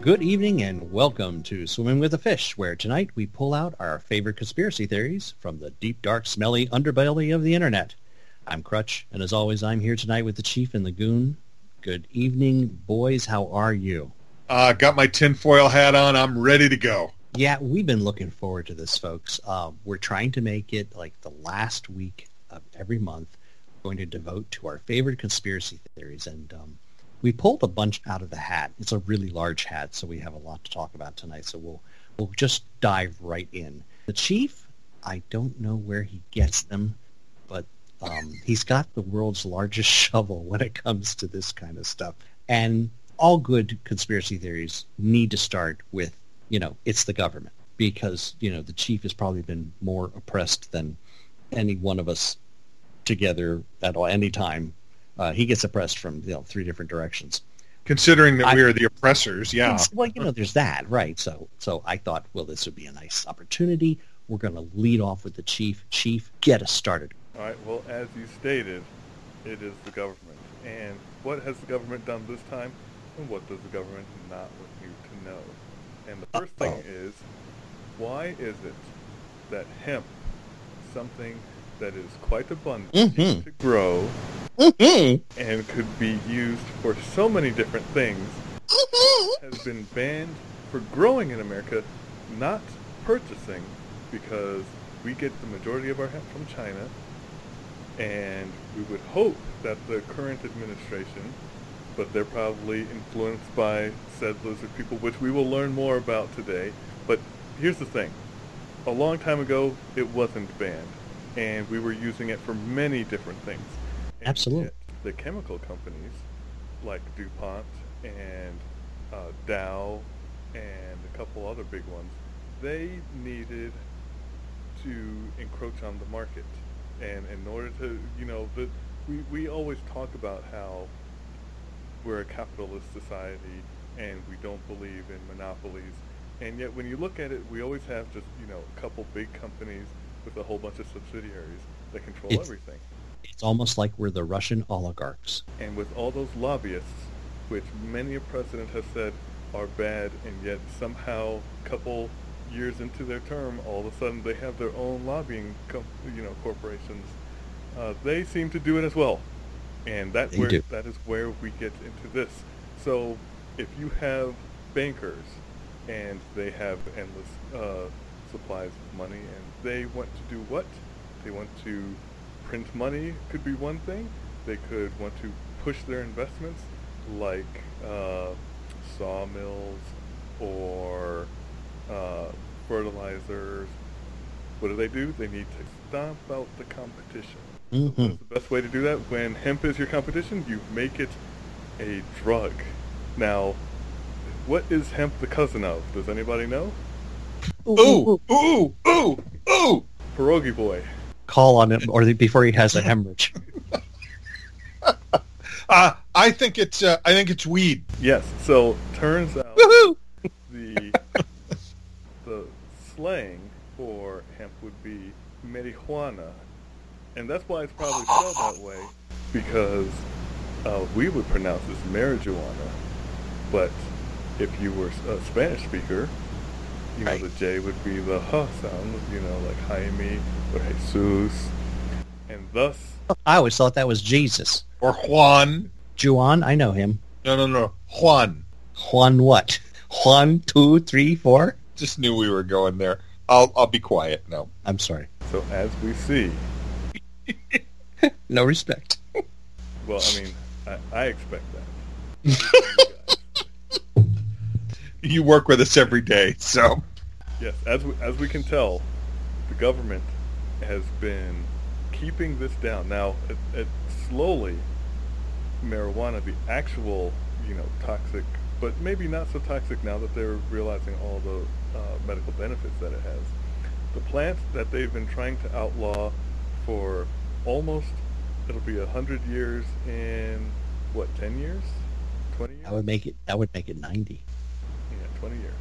Good evening and welcome to Swimming with the Fish, where tonight we pull out our favorite conspiracy theories from the deep, dark, smelly underbelly of the internet. I'm Crutch, and as always, I'm here tonight with the Chief and the Goon. Good evening, boys. How are you? Uh, got my tinfoil hat on. I'm ready to go. Yeah, we've been looking forward to this, folks. Uh, we're trying to make it like the last week of every month. We're going to devote to our favorite conspiracy theories, and um, we pulled a bunch out of the hat. It's a really large hat, so we have a lot to talk about tonight. So we'll we'll just dive right in. The chief, I don't know where he gets them, but um, he's got the world's largest shovel when it comes to this kind of stuff. And all good conspiracy theories need to start with, you know, it's the government because you know the chief has probably been more oppressed than any one of us together at all, any time uh, he gets oppressed from you know three different directions. Considering that I- we are the oppressors, yeah. It's- Well, you know, there's that, right? So, so I thought, well, this would be a nice opportunity. We're going to lead off with the chief. Chief, get us started. All right. Well, as you stated, it is the government. And what has the government done this time? And what does the government not want you to know? And the 1st Uh-oh. thing is, why is it that hemp, something that is quite abundant Mhm. to grow Mm-hmm. and could be used for so many different things, has been banned for growing in America, not purchasing, because we get the majority of our hemp from China, and we would hope that the current administration, but they're probably influenced by said lizard people, which we will learn more about today. But here's the thing. A long time ago, it wasn't banned, and we were using it for many different things. And Absolute. yet The chemical companies, like DuPont and uh, Dow and a couple other big ones, they needed to encroach on the market. And in order to, you know, the, we, we always talk about how we're a capitalist society and we don't believe in monopolies. And yet when you look at it, we always have just, you know, a couple big companies with a whole bunch of subsidiaries that control It's- everything. It's almost like we're the Russian oligarchs. And with all those lobbyists, which many a president has said are bad, and yet somehow, a couple years into their term, all of a sudden they have their own lobbying, com- you know, corporations. Uh, they seem to do it as well, and that They where do. that is where we get into this. So, if you have bankers, and they have endless uh, supplies of money, and they want to do what? They want to print money could be one thing. They could want to push their investments, like uh, sawmills or uh, fertilizers. What do they do? They need to stomp out the competition. Mm-hmm. The best way to do that, when hemp is your competition, you make it a drug. Now, what is hemp the cousin of? Does anybody know? Ooh, ooh, ooh, ooh. Pierogi boy. Call on him, or the, before he has a hemorrhage. Uh, I think it's uh, I think it's weed. Yes. So turns out Woohoo! the the slang for hemp would be marijuana, and that's why it's probably spelled that way because uh, we would pronounce this marijuana, but if you were a Spanish speaker, you know Right. the J would be the huh sound, you know, like Jaime or Jesus, and thus I always thought that was Jesus. Or Juan. Juan, I know him. No, no, no. Juan. Juan what? Juan two, three, four? Just knew we were going there. I'll I'll be quiet now. I'm sorry. so as we see. No respect. Well, I mean, I, I expect that. You work with us every day, so Yes, as we, as we can tell, the government has been keeping this down. Now, it, it slowly, marijuana, the actual, you know, toxic, but maybe not so toxic now that they're realizing all the uh, medical benefits that it has. The plant that they've been trying to outlaw for almost, it'll be a hundred years in what, ten years, twenty years? That would make it. That would make it ninety. yeah, twenty years.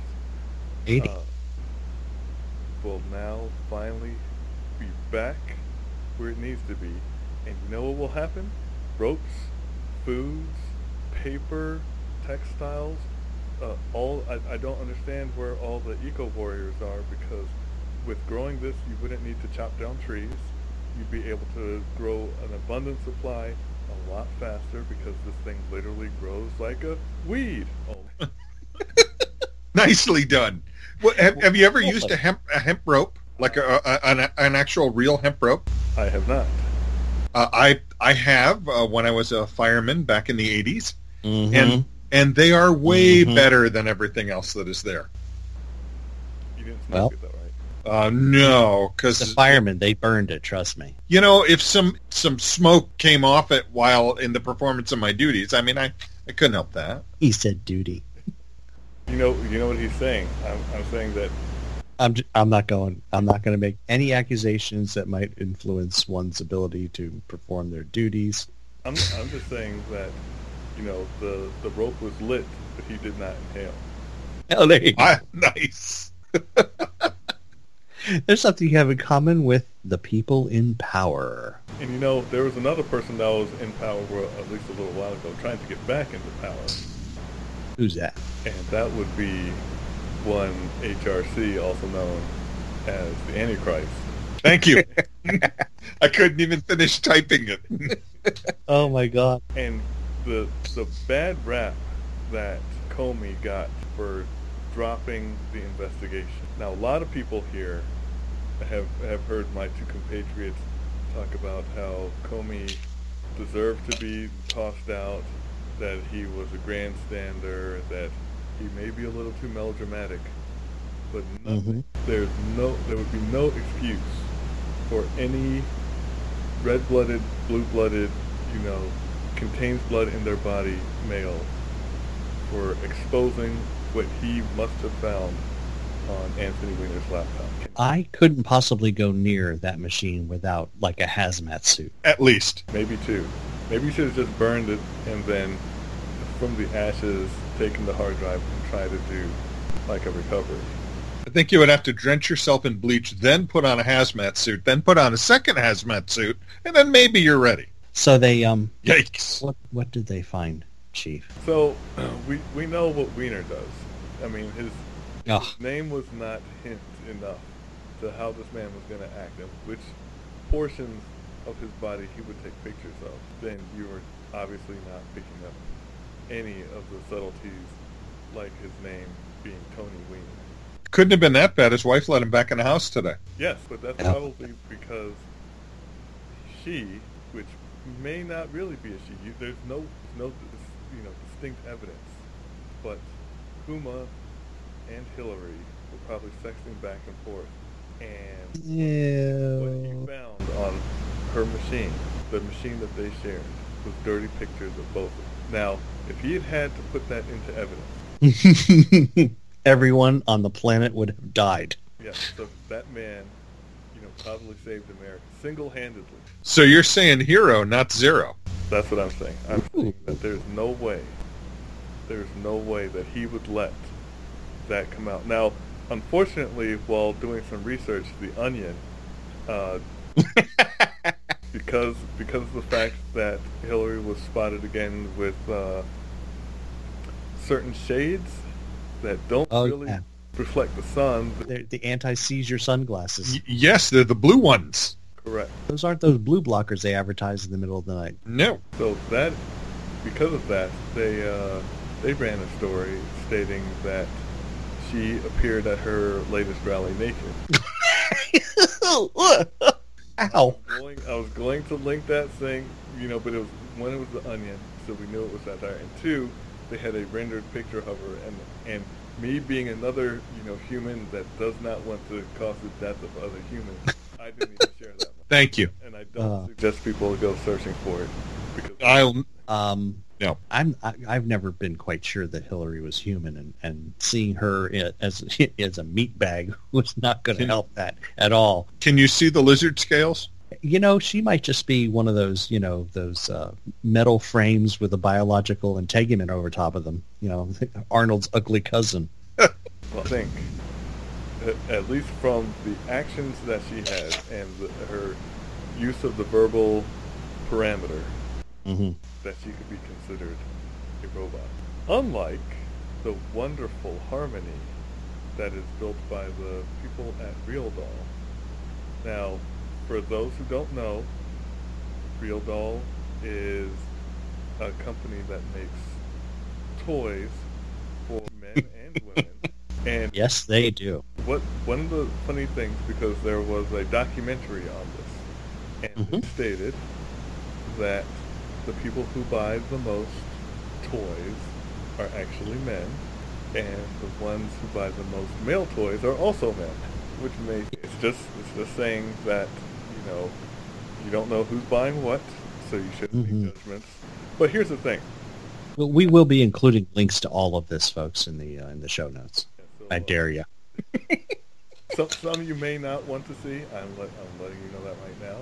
Eighty. Uh, will now finally be back where it needs to be. And you know what will happen? Ropes, foods, paper, textiles, uh, all I, I don't understand where all the eco warriors are because with growing this, you wouldn't need to chop down trees. You'd be able to grow an abundant supply a lot faster because this thing literally grows like a weed. Oh, Nicely done. What, have, have you ever Well, used a but- hemp, a hemp rope, like a, a, an, an actual real hemp rope? I have not. Uh, I I have uh, when I was a fireman back in the 80s, Mhm. and and they are way Mhm. better than everything else that is there. You didn't smoke Well. it though, right? Uh, no, the because firemen they burned it. Trust me. you know if some some smoke came off it while in the performance of my duties, I mean I I couldn't help that. He said duty. You know, you know what he's saying. I'm, I'm saying that I'm j- I'm not going. I'm not going to make any accusations that might influence one's ability to perform their duties. I'm, I'm just saying that you know the the rope was lit, but he did not inhale. Oh, there you go. I, Ah, nice. There's something you have in common with the people in power. And you know, there was another person that was in power well, at least a little while ago, trying to get back into power, Who's that? and that would be one HRC, also known as the Antichrist. Thank you. I couldn't even finish typing it. Oh my God. And the the bad rap that Comey got for dropping the investigation. Now a lot of people here have have heard my two compatriots talk about how Comey deserved to be tossed out, that he was a grandstander, that he may be a little too melodramatic, but Mm-hmm. nothing. There's no there would be no excuse for any red-blooded, blue-blooded, you know, contains blood in their body male for exposing what he must have found on Anthony Weiner's laptop. I couldn't possibly go near that machine without like a hazmat suit. At least. Maybe two. Maybe you should have just burned it and then from the ashes taken the hard drive and tried to do like a recovery. I think you would have to drench yourself in bleach, then put on a hazmat suit, then put on a second hazmat suit, and then maybe you're ready. So they um, Yikes. what what did they find, Chief? So we we know what Weiner does. I mean his Oh, name was not hint enough to how this man was going to act and which portions of his body he would take pictures of, then you were obviously not picking up any of the subtleties like his name being Tony Weiner. Couldn't have been that bad. His wife let him back in the house today. Yes, but that's Yeah. probably because she, which may not really be a she. You, there's no no dis- you know distinct evidence, but Kuma and Hillary were probably sexting back and forth, and what he ew. found on her machine, the machine that they shared, was dirty pictures of both of them. Now, if he had had to put that into evidence, Everyone on the planet would have died. yeah, so that man, you know, probably saved America single-handedly. So you're saying hero, not zero. That's what I'm saying. I'm Ooh. saying that there's no way, there's no way that he would let that come out. Now, unfortunately, while doing some research, The Onion, uh, because because of the fact that Hillary was spotted again with uh, certain shades that don't Oh, really yeah. reflect the sun. but- They're, the anti-seizure sunglasses. Y- yes, they're the blue ones. Correct. Those aren't those blue blockers they advertise in the middle of the night. No. So that, because of that, they uh, they ran a story stating that she appeared at her latest rally naked. Ow. Going, I was going to link that thing, you know, but it was one, it was the onion, so we knew it was satire, and two, they had a rendered picture of her, and and me being another, you know, human that does not want to cause the death of other humans, I didn't even share that one, Thank you. and I don't Uh. suggest people go searching for it because I'll. Um, No. I'm I, I've never been quite sure that Hillary was human, and, and seeing her i- as as a meat bag was not going to help that at all. Can you see the lizard scales? You know, she might just be one of those you know those uh, metal frames with a biological integument over top of them. You know, Arnold's ugly cousin. I think, a- at least from the actions that she has and the, her use of the verbal parameter, Mm-hmm. that she could be considered a robot. Unlike the wonderful harmony that is built by the people at Real Doll. Now, for those who don't know, Real Doll is a company that makes toys for men and women. And Yes, they do. what one of the funny things because there was a documentary on this, and it Mhm. stated that the people who buy the most toys are actually men, and the ones who buy the most male toys are also men, which makes it's just it's just saying that you know you don't know who's buying what, so you shouldn't Mhm. make judgments. But here's the thing. Well, We will be including links to all of this, folks, in the uh, in the show notes. So, I uh, dare you. some, some you may not want to see. I'm, let, I'm letting you know that right now.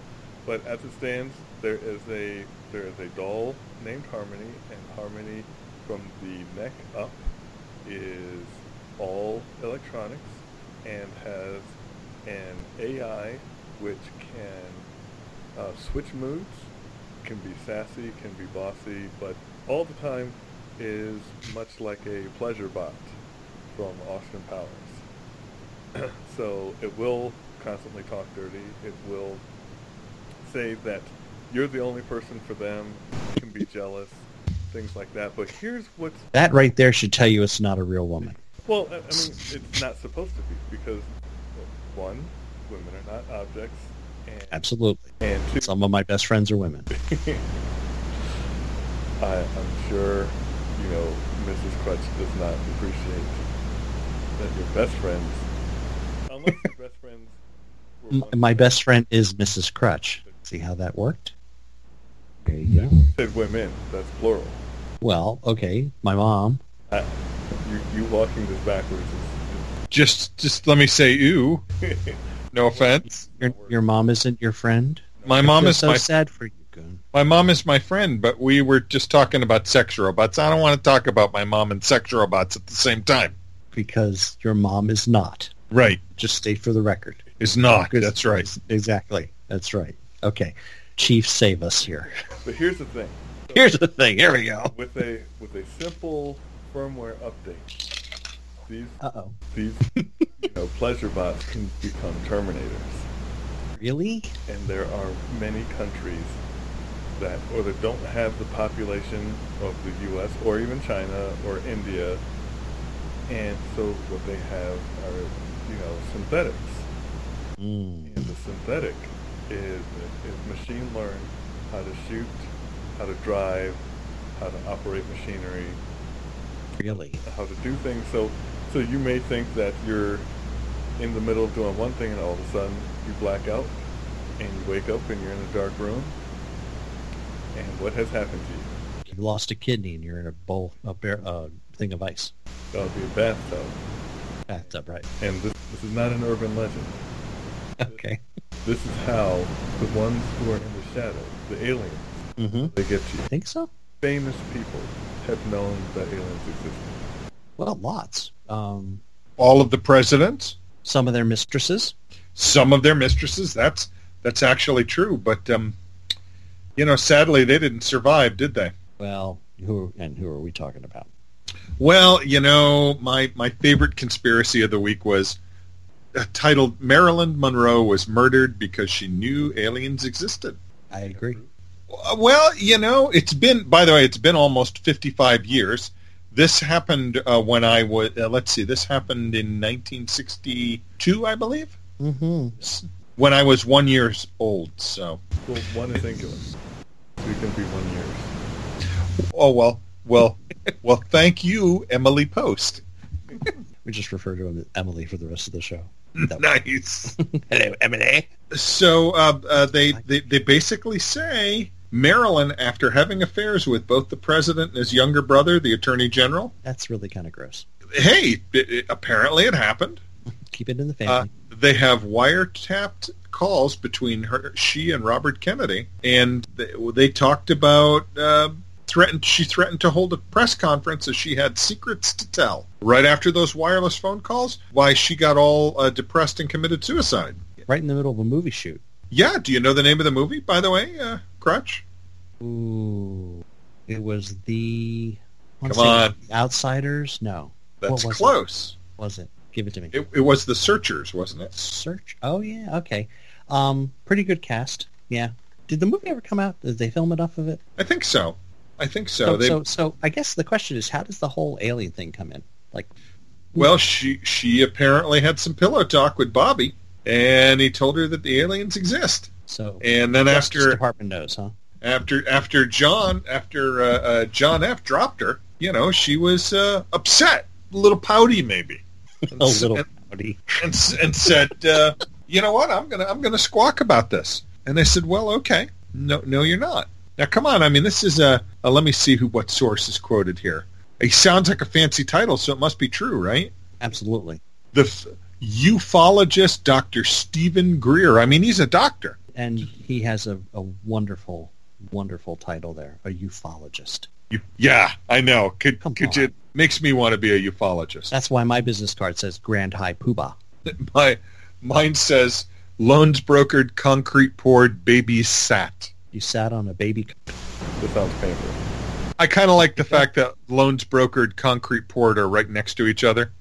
But as it stands, there is a there is a doll named Harmony, and Harmony from the neck up is all electronics and has an AI which can uh, switch moods, can be sassy, can be bossy, but all the time is much like a pleasure bot from Austin Powers so it will constantly talk dirty. It will say that you're the only person for them. You can be jealous, things like that. But here's what's That right there should tell you it's not a real woman. well, I I mean, it's not supposed to be because one, women are not objects, and Absolutely. and two, Some of my best friends are women. I, I'm sure, you know, Mrs. Crutch does not appreciate that your best friends, unless your best friends were M- one- My best friend is Mrs. Crutch. See how that worked? There you go. said women, that's plural. Well, okay. My mom. I, you, you walking this backwards is, Just just let me say ew. No offense. Your, your mom isn't your friend. My I mom feel is so my sad for you, Goon. my mom is my friend, but we were just talking about sex robots. I don't want to talk about my mom and sex robots at the same time. because your mom is not. Right. Just state for the record. Is not. 'Cause- That's right. Exactly. That's right. Okay. Chief, save us here. but here's the thing. Here's the thing. Here we go. With a with a simple firmware update, these Uh-oh. these you know pleasure bots can become terminators. Really? and there are many countries that or that don't have the population of the US or even China or India and so what they have are you know synthetics Mm. and the synthetic is, is machine learned how to shoot how to drive how to operate machinery Really? how to do things. So, so you may think that you're in the middle of doing one thing, and all of a sudden you black out, and you wake up, and you're in a dark room, and what has happened to you? You lost a kidney and you're in a bowl, a bear, uh, thing of ice. That would be a bathtub. Bathtub, right? And this, this is not an urban legend. Okay. This is how the ones who are in the shadow, the aliens, Mm-hmm. they get to you. Think so? Famous people have known that aliens existed. Well, lots. Um, All of the presidents, some of their mistresses. some of their mistresses. That's that's actually true, but um, you know, sadly, they didn't survive, did they? Well, who and who are we talking about? Well, you know, my my favorite conspiracy of the week was uh, titled "Marilyn Monroe was murdered because she knew aliens existed." I agree. Uh, Well, you know, it's been by the way, it's been almost fifty-five years. This happened uh, when I was. Uh, let's see, this happened in 1962, I believe, Mm-hmm. when I was one years old. So, Well, one is singular. We can be one years. oh well, well, well. Thank you, Emily Post. We just refer to him as Emily for the rest of the show. Nice. Hello, Emily. So uh, uh, they, they they basically say Marilyn, after having affairs with both the president and his younger brother, the attorney general. That's really kind of gross. Hey, it, it- apparently it happened. Keep it in the Uh, family. they have wiretapped calls between her, she and Robert Kennedy, and they, they talked about uh, threatened. She threatened to hold a press conference as she had secrets to tell. Right after those wireless phone calls, why she got all uh, depressed and committed suicide. right in the middle of a movie shoot. Yeah, do you know the name of the movie, by the way, uh, Crutch? Ooh. It was the Once Come they- on. The Outsiders? No. That's was it? close. Was it? Give it to me. It, it was the Searchers, wasn't it? Search. Oh yeah. Okay. Um, pretty good cast. Yeah. Did the movie ever come out? Did they film enough of it? I think so. I think so. so, they, so, so I guess the question is, how does the whole alien thing come in? Like, Well, she she apparently had some pillow talk with Bobby, and he told her that the aliens exist. so And then Justice after department knows, huh? after after John after uh, uh, John F dropped her, you know, she was uh, upset, a little pouty maybe, and, A s- little and, pouty. and, s- and said, uh, you know what, I'm gonna I'm gonna squawk about this. And they said, well, okay, no, no, you're not. Now, come on, I mean, this is a, a let me see who what source is quoted here. It sounds like a fancy title, so it must be true, right? Absolutely. the f- ufologist Dr. Stephen Greer. I mean, he's a doctor. And he has a, a wonderful, wonderful title there, a ufologist. You, yeah, I know. Could, Come could on. you makes me want to be a ufologist. That's why my business card says Grand High Poobah. My mine says loans brokered, concrete poured, baby sat. You sat on a baby. That sounds painful. I kind of like the fact that loans brokered, concrete poured are right next to each other.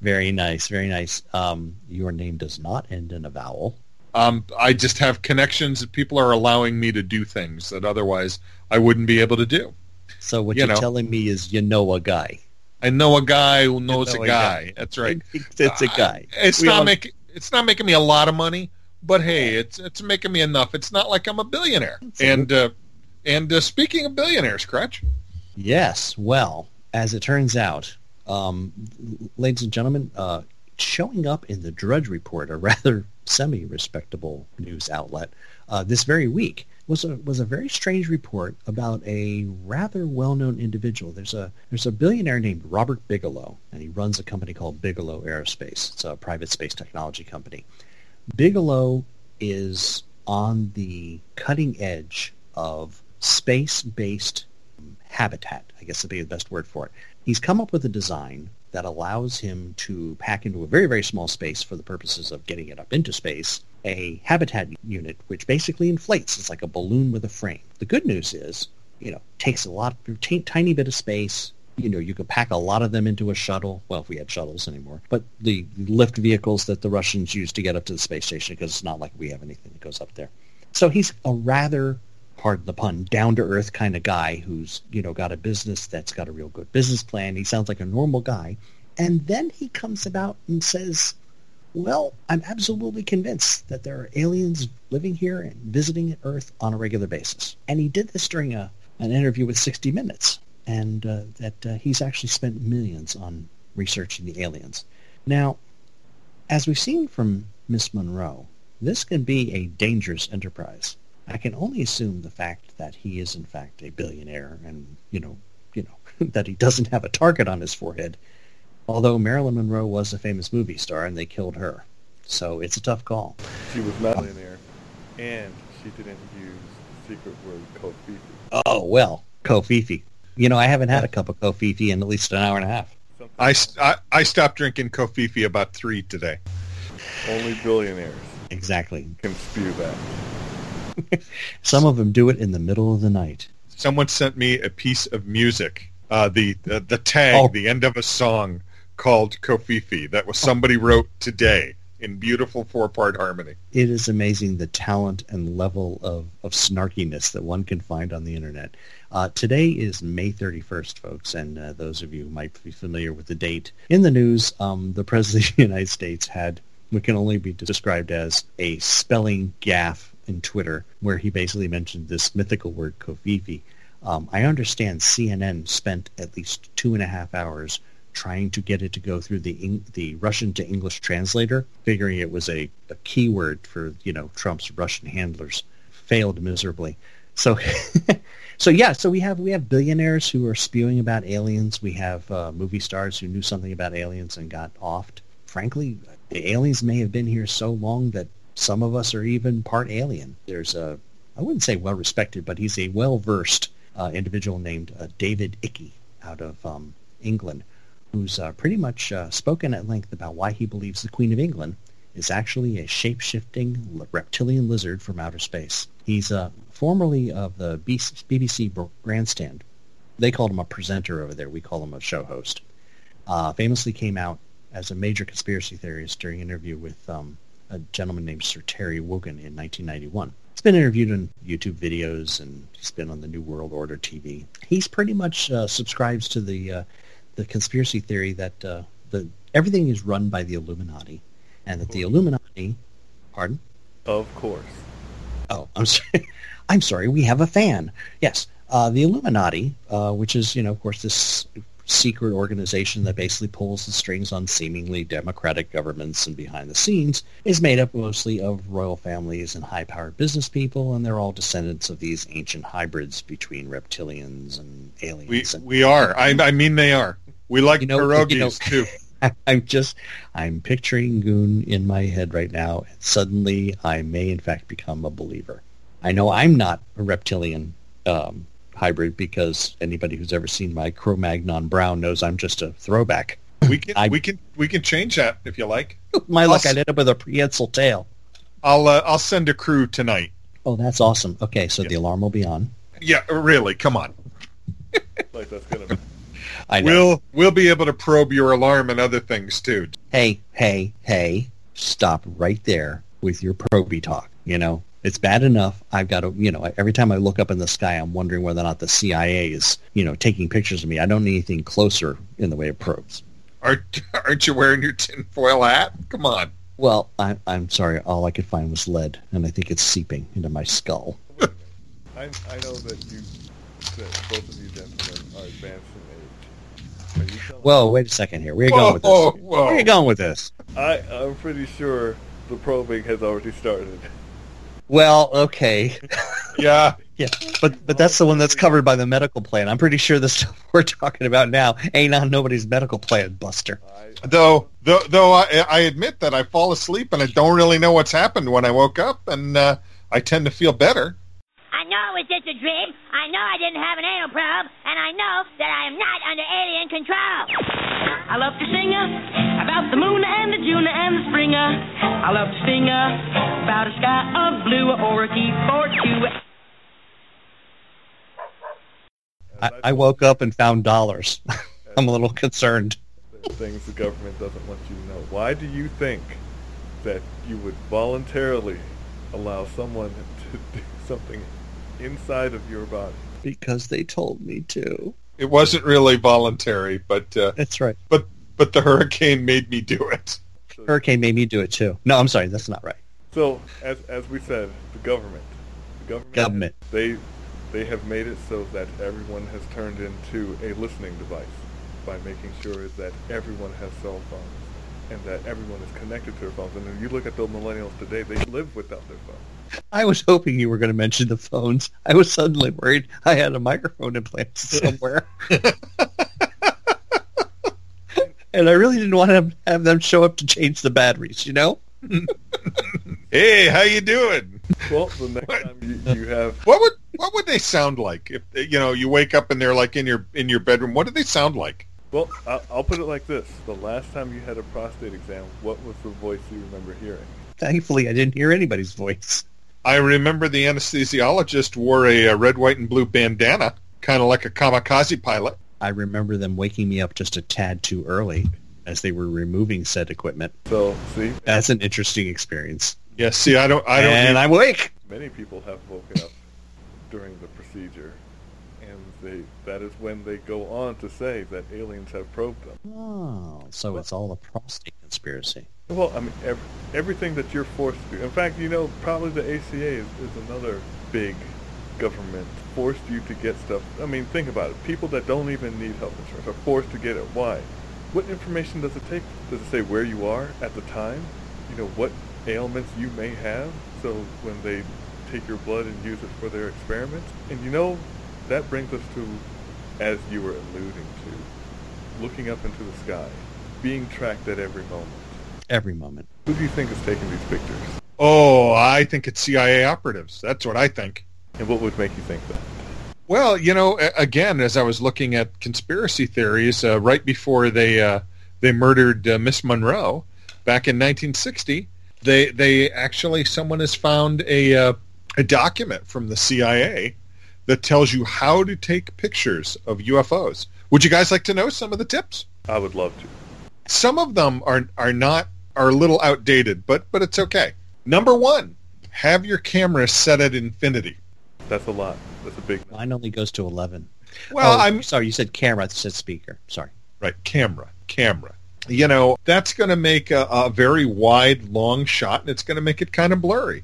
Very nice, very nice. Um, your name does not end in a vowel. Um, I just have connections that people are allowing me to do things that otherwise I wouldn't be able to do. So what You you are know. telling me is you know a guy. I know a guy who knows know a a guy. guy. That's right. It's a guy. It's We not all- making it's not making me a lot of money, but hey, it's it's making me enough. It's not like I'm a billionaire. And uh, and uh, speaking of billionaires, Crutch, Yes. Well, as it turns out, um, ladies and gentlemen, uh, showing up in the Drudge Report, a rather semi-respectable news outlet, uh, this very week was a was a very strange report about a rather well-known individual. There's a there's a billionaire named Robert Bigelow, and he runs a company called Bigelow Aerospace. It's a private space technology company. Bigelow is on the cutting edge of space-based habitat, I guess would be the best word for it. He's come up with a design that allows him to pack into a very, very small space for the purposes of getting it up into space, a habitat unit which basically inflates. It's like a balloon with a frame. The good news is, you know, takes a lot, t- tiny bit of space. You know, you could pack a lot of them into a shuttle. Well, if we had shuttles anymore, but the lift vehicles that the Russians use to get up to the space station, because it's not like we have anything that goes up there. So he's a rather pardon the pun, down to earth kind of guy who's, you know, got a business that's got a real good business plan. He sounds like a normal guy. And then he comes about and says, well, I'm absolutely convinced that there are aliens living here and visiting Earth on a regular basis. And he did this during a, an interview with 60 Minutes, and uh, that uh, he's actually spent millions on researching the aliens. Now, as we've seen from Miss Monroe, this can be a dangerous enterprise. I can only assume the fact that he is in fact a billionaire and, you know, you know, that he doesn't have a target on his forehead. Although Marilyn Monroe was a famous movie star and they killed her. So it's a tough call. She was not a billionaire, and she didn't use the secret word called Fifi. Oh, well, Kofifi. You know, I haven't had a cup of Kofifi in at least an hour and a half. Something I, st- I I stopped drinking Kofifi about three today. only billionaires Exactly. can spew that. Some of them do it in the middle of the night. Someone sent me a piece of music, uh, the the, the tag, Oh. the end of a song called Kofifi that was somebody wrote today in beautiful four part harmony. It is amazing the talent and level of, of snarkiness that one can find on the internet. Uh, today is May 31st, folks, and uh, those of you who might be familiar with the date. In the news, um, the President of the United States had what can only be described as a spelling gaffe in Twitter, where he basically mentioned this mythical word Kofifi. Um, I understand CNN spent at least two and a half hours trying to get it to go through the Eng- the Russian to English translator, figuring it was a, a keyword for you know Trump's Russian handlers. Failed miserably. So, so yeah. So we have we have billionaires who are spewing about aliens. We have uh, movie stars who knew something about aliens and got offed. Frankly, the aliens may have been here so long that some of us are even part alien. There's a I wouldn't say well respected, but he's a well versed uh, individual named uh, David Icky out of um, England, who's uh, pretty much uh, spoken at length about why he believes the Queen of England is actually a shape-shifting l- reptilian lizard from outer space. He's uh, formerly of the B- BBC Br- Grandstand, They called him a presenter over there. We call him a show host. Uh, famously came out as a major conspiracy theorist during an interview with um, a gentleman named Sir Terry Wogan in 1991. He's been interviewed in YouTube videos and he's been on the New World Order TV. He's pretty much uh, subscribes to the uh, the conspiracy theory that uh, the everything is run by the Illuminati, and that the Illuminati, pardon, Of course. Oh, I'm sorry. I'm sorry. We have a fan. Yes, uh, the Illuminati, uh, which is you know of course this secret organization that basically pulls the strings on seemingly democratic governments and behind the scenes, is made up mostly of royal families and high-powered business people, and they're all descendants of these ancient hybrids between reptilians and We aliens. we are. I, I mean, they are. We like You know- pierogies you know- too. and I'm just, I'm picturing Goon in my head right now, and suddenly I may in fact become a believer. I know I'm not a reptilian um, hybrid because anybody who's ever seen my Cro-Magnon brown knows I'm just a throwback. We can I- we can we can change that if you like. my luck, Awesome. I'd end up with a prehensile tail. I'll uh, I'll send a crew tonight. Oh, that's awesome. Okay, so Yeah. the alarm will be on. Yeah, really. Come on. Like that's gonna. I know. We'll we'll be able to probe your alarm and other things too. hey, hey, hey, stop right there with your proby talk. You know, it's bad enough. I've got to, you know, every time I look up in the sky, I'm wondering whether or not the CIA is, you know, taking pictures of me. I don't need anything closer in the way of probes. Aren't aren't you wearing your tinfoil hat? Come on. Well, I, I'm sorry. All I could find was lead, and I think it's seeping into my skull. I, I know that you, that both of you gentlemen are advanced in age. Are you telling- Whoa, wait a second here. Where are you Whoa, going with this? whoa, Where are whoa. you going with this? I I'm pretty sure the probing has already started. Well, okay. Yeah. Yeah, but but that's the one that's covered by the medical plan. I'm pretty sure the stuff we're talking about now ain't on nobody's medical plan, Buster. I Though though though I, I admit that I fall asleep and I don't really know what's happened when I woke up and uh, I tend to feel better. I know it was just a dream. I know I didn't have an anal probe, and I know that I am not under alien control. I love to sing uh, about the moon and the June and the springer. I love to sing uh, about a sky of blue or a key for two. I, I woke up and found dollars. I'm a little concerned. There's things the government doesn't want you to know. Why do you think that you would voluntarily allow someone to do something inside of your body? Because they told me to. It wasn't really voluntary, but uh, That's right. but but the hurricane made me do it. So, Hurricane made me do it too. No, I'm sorry. That's not right. so as as we said, the government, the government, Government. they they have made it so that everyone has turned into a listening device by making sure that everyone has cell phones and that everyone is connected to their phones. And then you look at the millennials today; they live without their phones. I was hoping you were going to mention the phones. I was suddenly worried I had a microphone implanted somewhere. and I really didn't want to have, have them show up to change the batteries, you know? Hey, how you doing? Well, the next What? time you, you have What would what would they sound like if you know you wake up and they're like in your in your bedroom? What do they sound like? Well, I- I'll put it like this. The last time you had a prostate exam, what was the voice you remember hearing? Thankfully, I didn't hear anybody's voice. I remember the anesthesiologist wore a, uh red, white, and blue bandana, kind of like a kamikaze pilot. I remember them waking me up just a tad too early as they were removing said equipment. So, see, That's an interesting experience. Yeah, see, I don't, I don't. and I'm awake. many people have woken up during the procedure, and they that is when they go on to say that aliens have probed them. Oh, so it's all a prostate conspiracy. Well, I mean, ev- everything that you're forced to do. In fact, you know, probably the ACA is, is another big government forced you to get stuff. I mean, think about it. People that don't even need health insurance are forced to get it. Why? What information does it take? Does it say where you are at the time? You know, what ailments you may have? So when they take your blood and use it for their experiments? And you know, that brings us to, as you were alluding to, looking up into the sky, being tracked at every moment. Every moment. Who do you think is taking these pictures? Oh, I think it's CIA operatives. That's what I think. And what would make you think that? Well, you know, a- again, as I was looking at conspiracy theories, uh, right before they uh, they murdered uh, Miss Monroe back in 1960, they they actually someone has found a uh, a document from the CIA that tells you how to take pictures of UFOs. Would you guys like to know some of the tips? I would love to. Some of them are are not are a little outdated, but but it's okay. Number one, have your camera set at infinity. That's a lot. That's a big. Mine only goes to 11. Well, Oh, I'm sorry. You said camera. I said speaker. Sorry. right camera camera. You know that's going to make a, a very wide long shot, and it's going to make it kind of blurry.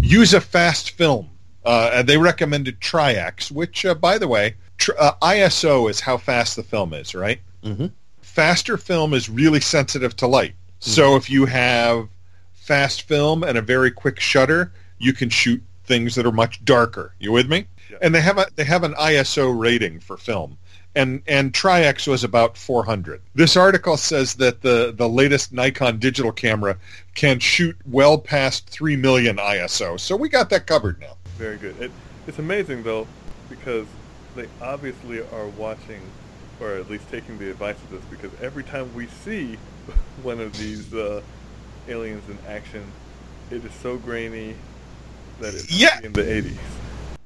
Use a fast film. Uh, they recommended Triax, which, uh, by the way, tr- uh, ISO is how fast the film is, right? Mm-hmm. faster film is really sensitive to light. So if you have fast film and a very quick shutter, you can shoot things that are much darker. You with me? Yeah. And they have a they have an ISO rating for film. And and Tri-X was about 400. This article says that the the latest Nikon digital camera can shoot well past 3 million ISO. So we got that covered now. Very good. It, it's amazing though, because they obviously are watching, or at least taking the advice of this. Because every time we see one of these uh, aliens in action, it is so grainy that it's Yeah. in the 80s.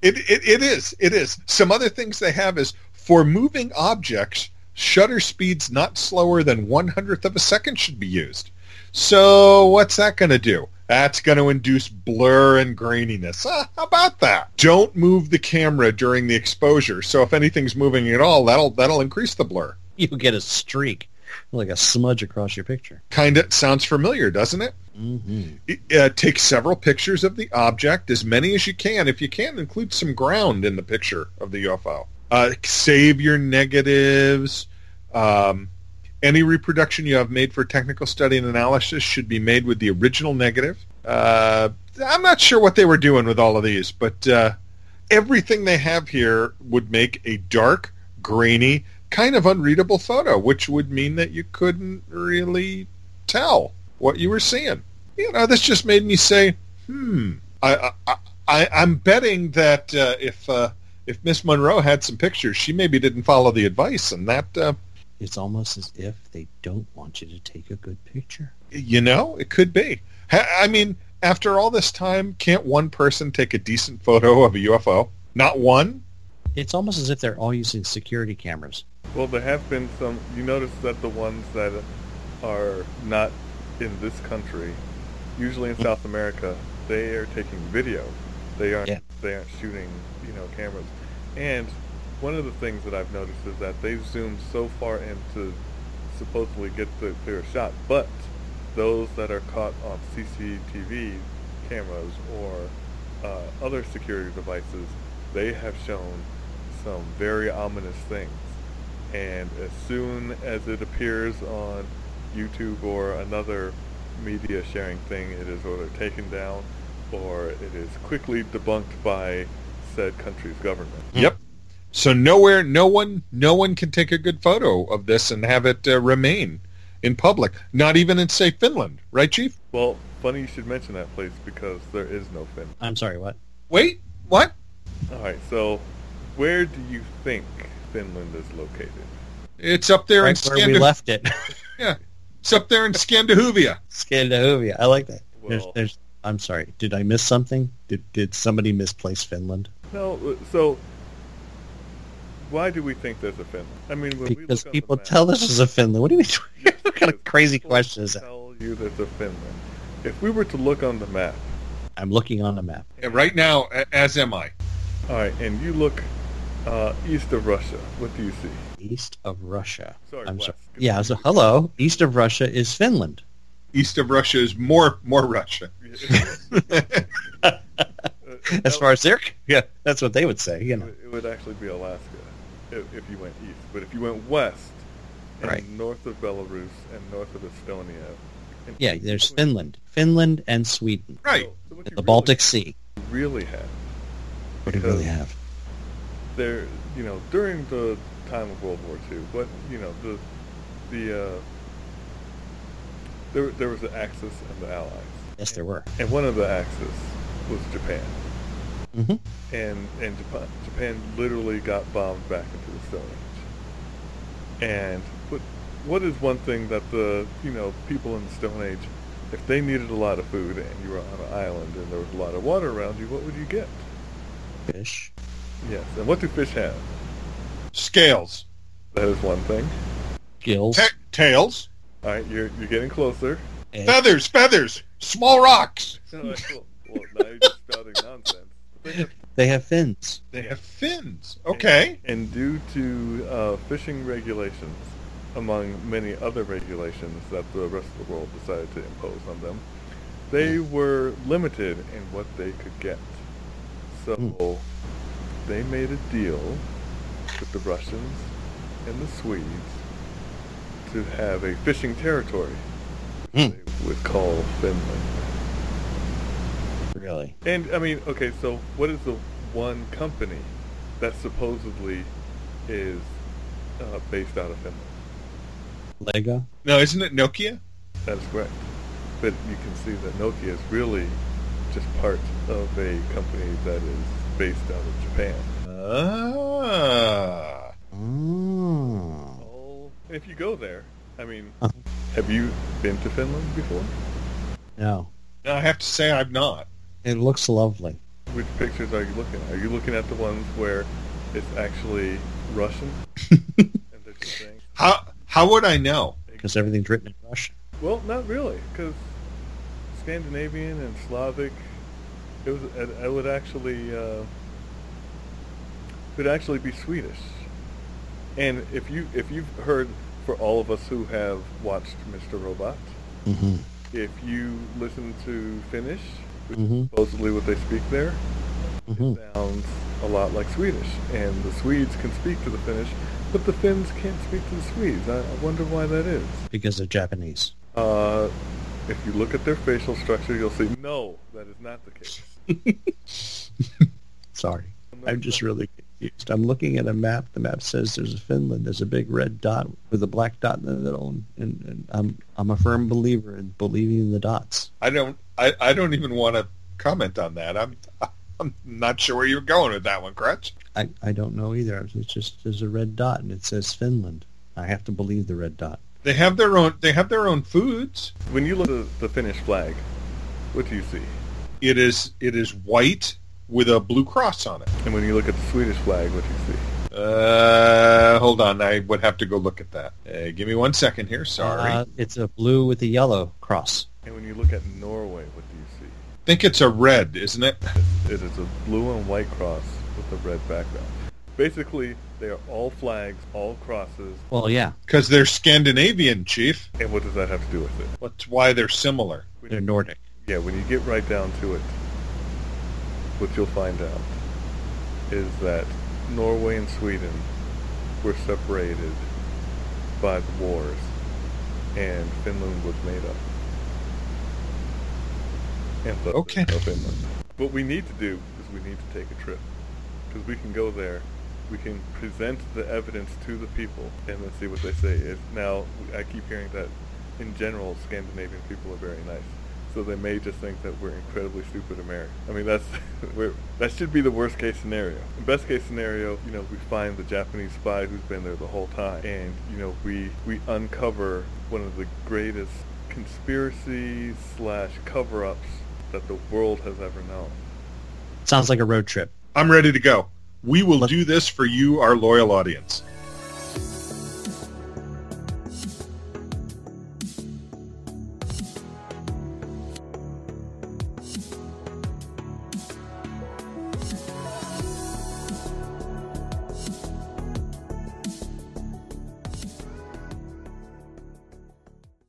It, it it is. It is. Some other things they have is for moving objects, shutter speeds not slower than one hundredth of a second should be used. So what's that going to do? That's going to induce blur and graininess. Ah, how about that? Don't move the camera during the exposure. So if anything's moving at all, that'll that'll increase the blur. You get a streak, like a smudge across your picture. Kind of sounds familiar, doesn't it? Mm-hmm. uh, take several pictures of the object, as many as you can. If you can, include some ground in the picture of the UFO. Uh, save your negatives. Um, any reproduction you have made for technical study and analysis should be made with the original negative. Uh, I'm not sure what they were doing with all of these, but uh, everything they have here would make a dark, grainy, kind of unreadable photo, which would mean that you couldn't really tell what you were seeing you know, this just made me say, hmm. I, I, I I'm betting that uh, if uh, if Miss Monroe had some pictures, she maybe didn't follow the advice, and that uh, It's almost as if they don't want you to take a good picture. you know, it could be. Ha- I mean, after all this time, can't one person take a decent photo of a UFO? Not one. It's almost as if they're all using security cameras. Well, there have been some. You notice that the ones that are not in this country, usually in South America, they are taking video. They aren't. Yeah. They aren't shooting. You know, cameras. And one of the things that I've noticed is that they've zoomed so far in to supposedly get the clear shot, but those that are caught on CCTV cameras or uh, other security devices, they have shown some very ominous things. And as soon as it appears on YouTube or another media sharing thing, it is either taken down or it is quickly debunked by said country's government. Yep. So nowhere, no one, no one can take a good photo of this and have it uh, remain in public. Not even in, say, Finland, right, Chief? Well, funny you should mention that place because there is no fin. I'm sorry, what? Wait, what? All right, so where do you think Finland is located? It's up there in Right where we Scandinavia. left it. Yeah. It's up there in Scandahoovia. Scandinavia. I like that. There's, Well- there's, I'm sorry. Did I miss something? Did, did somebody misplace Finland? No, uh, so why do we think there's a Finland? I mean, when we Because look on people the map, tell us it's a Finland. What do you mean? what kind of because crazy people question is that? Tell you there's a Finland. If we were to look on the map, I'm looking on a map. And right now, a- as am I. all right, and you look uh, east of Russia, what do you see? East of Russia. Sorry, I'm west. sorry. Yeah, so hello. East of Russia is Finland. East of Russia is more more Russia. As far as they're yeah, that's what they would say, you know. It it would actually be Alaska if, if you went east. But if you went west and Right. north of Belarus and north of Estonia, and Yeah, there's Finland. Finland and Sweden. Right. So what you The really- Baltic Sea. really have What do you really have? there, you know, during the time of World War II, but you know the the uh, there there was the Axis and the Allies, Yes, there were. and one of the Axis was Japan, hmm and and Japan, Japan literally got bombed back into the Stone Age. And what what is one thing that the you know people in the Stone Age, if they needed a lot of food and you were on an island and there was a lot of water around you, what would you get? Fish. Yes. And what do fish have? Scales. That is one thing. Gills, Ta- tails. All right, you're you're getting closer. egg, Feathers. Feathers. Small rocks. All right, cool. Well, now you're just spouting nonsense. they have fins. They have fins. Okay. And due to uh, fishing regulations, among many other regulations that the rest of the world decided to impose on them, they were limited in what they could get. So Mm. they made a deal with the Russians and the Swedes to have a fishing territory Mm. they would call Finland. Really? And I mean, okay, so what is the one company that supposedly is uh, based out of Finland? Lego? No, isn't it Nokia? That is correct. But you can see that Nokia is really just part of a company that is based out of Japan. Ah. Oh. Oh, if you go there, I mean, Uh-huh. have you been to Finland before? No. Now I have to say I've not. It looks lovely. Which pictures are you looking at? Are you looking at the ones where it's actually Russian? and they're just saying, How how would I know? Because everything's written in Russian. Well, not really, because Scandinavian and Slavic, it was. It, it would actually, uh, it would actually be Swedish. And if you if you've heard, for all of us who have watched Mr. Robot, Mm-hmm. if you listen to Finnish, which Mhm. is supposedly what they speak there, Mm-hmm. sounds a lot like Swedish. And the Swedes can speak to the Finnish, but the Finns can't speak to the Swedes. I, I wonder why that is. Because they're Japanese. Uh, if you look at their facial structure, you'll see no, that is not the case. Sorry. I'm just really confused. I'm looking at a map. The map says there's a Finland. There's a big red dot with a black dot in the middle. And, and, and I'm, I'm a firm believer in believing in the dots. I don't I, I don't even want to comment on that. I'm I'm not sure where you're going with that one, Crutch. I, I don't know either. It's just there's a red dot and it says Finland. I have to believe the red dot. They have their own they have their own foods. When you look at the Finnish flag, what do you see? It is it is white with a blue cross on it. And when you look at the Swedish flag, what do you see? Uh, hold on. I would have to go look at that. Uh, give me one second here. Sorry. Uh, it's a blue with a yellow cross. And when you look at Norway, what do you see? I think it's a red, isn't it? It is a blue and white cross with a red background. Basically, they are all flags, all crosses. Well, yeah, Because they're Scandinavian, Chief. And what does that have to do with it? That's why they're similar. When they're you- Nordic. Yeah, when you get right down to it, what you'll find out is that Norway and Sweden were separated by the wars, and Finland was made up. And thus Okay. there's no Finland. What we need to do is we need to take a trip, because we can go there, we can present the evidence to the people, and then see what they say. If now I keep hearing that in general, Scandinavian people are very nice. So they may just think that we're incredibly stupid Americans. I mean, that's we're, that should be the worst case scenario. The best case scenario, you know, we find the Japanese spy who's been there the whole time, and you know, we we uncover one of the greatest conspiracies slash cover-ups that the world has ever known. Sounds like a road trip. I'm ready to go. We will Let's- do this for you, our loyal audience.